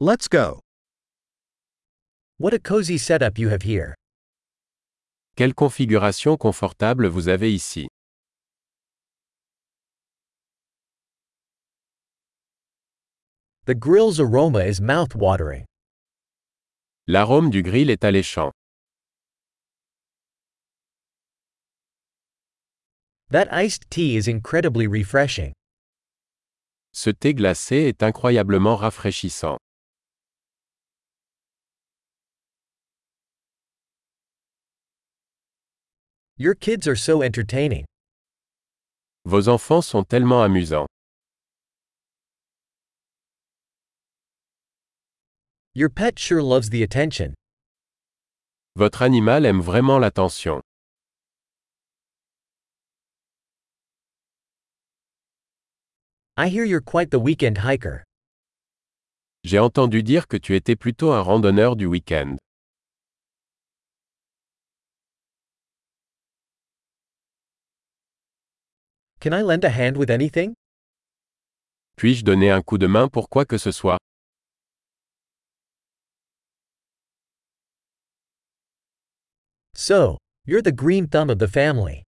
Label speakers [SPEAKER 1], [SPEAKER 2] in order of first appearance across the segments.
[SPEAKER 1] Let's go.
[SPEAKER 2] What a cozy setup you have here.
[SPEAKER 3] Quelle configuration confortable vous avez ici.
[SPEAKER 2] The grill's aroma is mouth-watering.
[SPEAKER 3] L'arôme du grill est alléchant.
[SPEAKER 2] That iced tea is incredibly refreshing.
[SPEAKER 3] Ce thé glacé est incroyablement rafraîchissant.
[SPEAKER 2] Your kids are so entertaining.
[SPEAKER 3] Vos enfants sont tellement amusants.
[SPEAKER 2] Your pet sure loves the attention.
[SPEAKER 3] Votre animal aime vraiment l'attention.
[SPEAKER 2] I hear you're quite the weekend hiker.
[SPEAKER 3] J'ai entendu dire que tu étais plutôt un randonneur du week-end.
[SPEAKER 2] Can I lend a hand with anything?
[SPEAKER 3] Puis-je donner un coup de main pour quoi que ce soit
[SPEAKER 2] So, you're the green thumb of the family.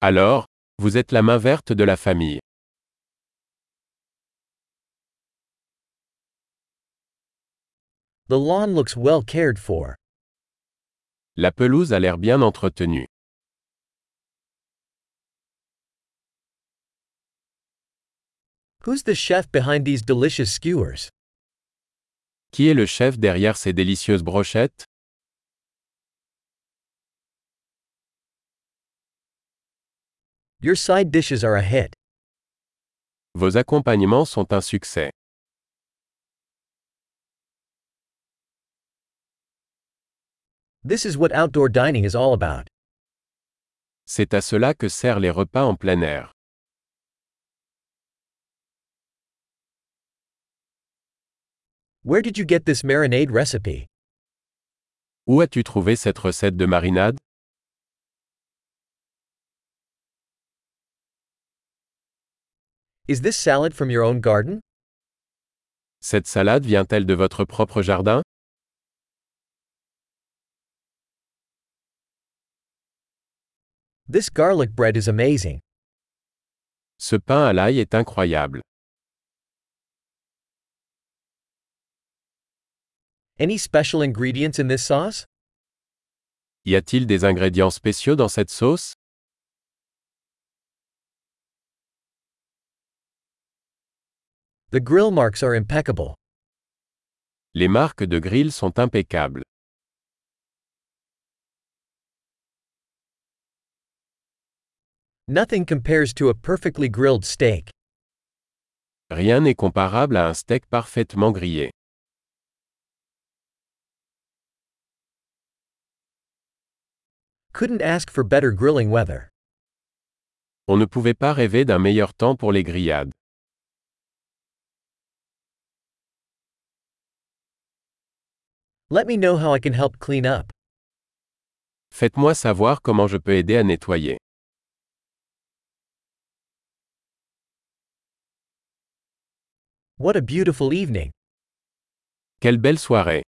[SPEAKER 3] Alors, vous êtes la main verte de la famille.
[SPEAKER 2] The lawn looks well cared for.
[SPEAKER 3] La pelouse a l'air bien entretenue.
[SPEAKER 2] Who's the chef behind these delicious skewers?
[SPEAKER 3] Qui est le chef derrière ces délicieuses brochettes
[SPEAKER 2] Your side dishes are a hit.
[SPEAKER 3] Vos accompagnements sont un succès.
[SPEAKER 2] This is what outdoor dining is all about.
[SPEAKER 3] C'est à cela que servent les repas en plein air.
[SPEAKER 2] Where did you get this marinade recipe?
[SPEAKER 3] Où as-tu trouvé cette recette de marinade
[SPEAKER 2] Is this salad from your own garden?
[SPEAKER 3] Cette salade vient-elle de votre propre jardin
[SPEAKER 2] This garlic bread is amazing.
[SPEAKER 3] Ce pain à l'ail est incroyable.
[SPEAKER 2] Any special ingredients in this sauce?
[SPEAKER 3] Y a-t-il des ingrédients spéciaux dans cette sauce
[SPEAKER 2] The grill marks are impeccable.
[SPEAKER 3] Les marques de grill sont impeccables.
[SPEAKER 2] Nothing compares to a perfectly grilled steak.
[SPEAKER 3] Rien n'est comparable à un steak parfaitement grillé.
[SPEAKER 2] Couldn't ask for better grilling weather.
[SPEAKER 3] On ne pouvait pas rêver d'un meilleur temps pour les grillades.
[SPEAKER 2] Let me know how I can help clean up.
[SPEAKER 3] Faites-moi savoir comment je peux aider à nettoyer.
[SPEAKER 2] What a beautiful evening.
[SPEAKER 3] Quelle belle soirée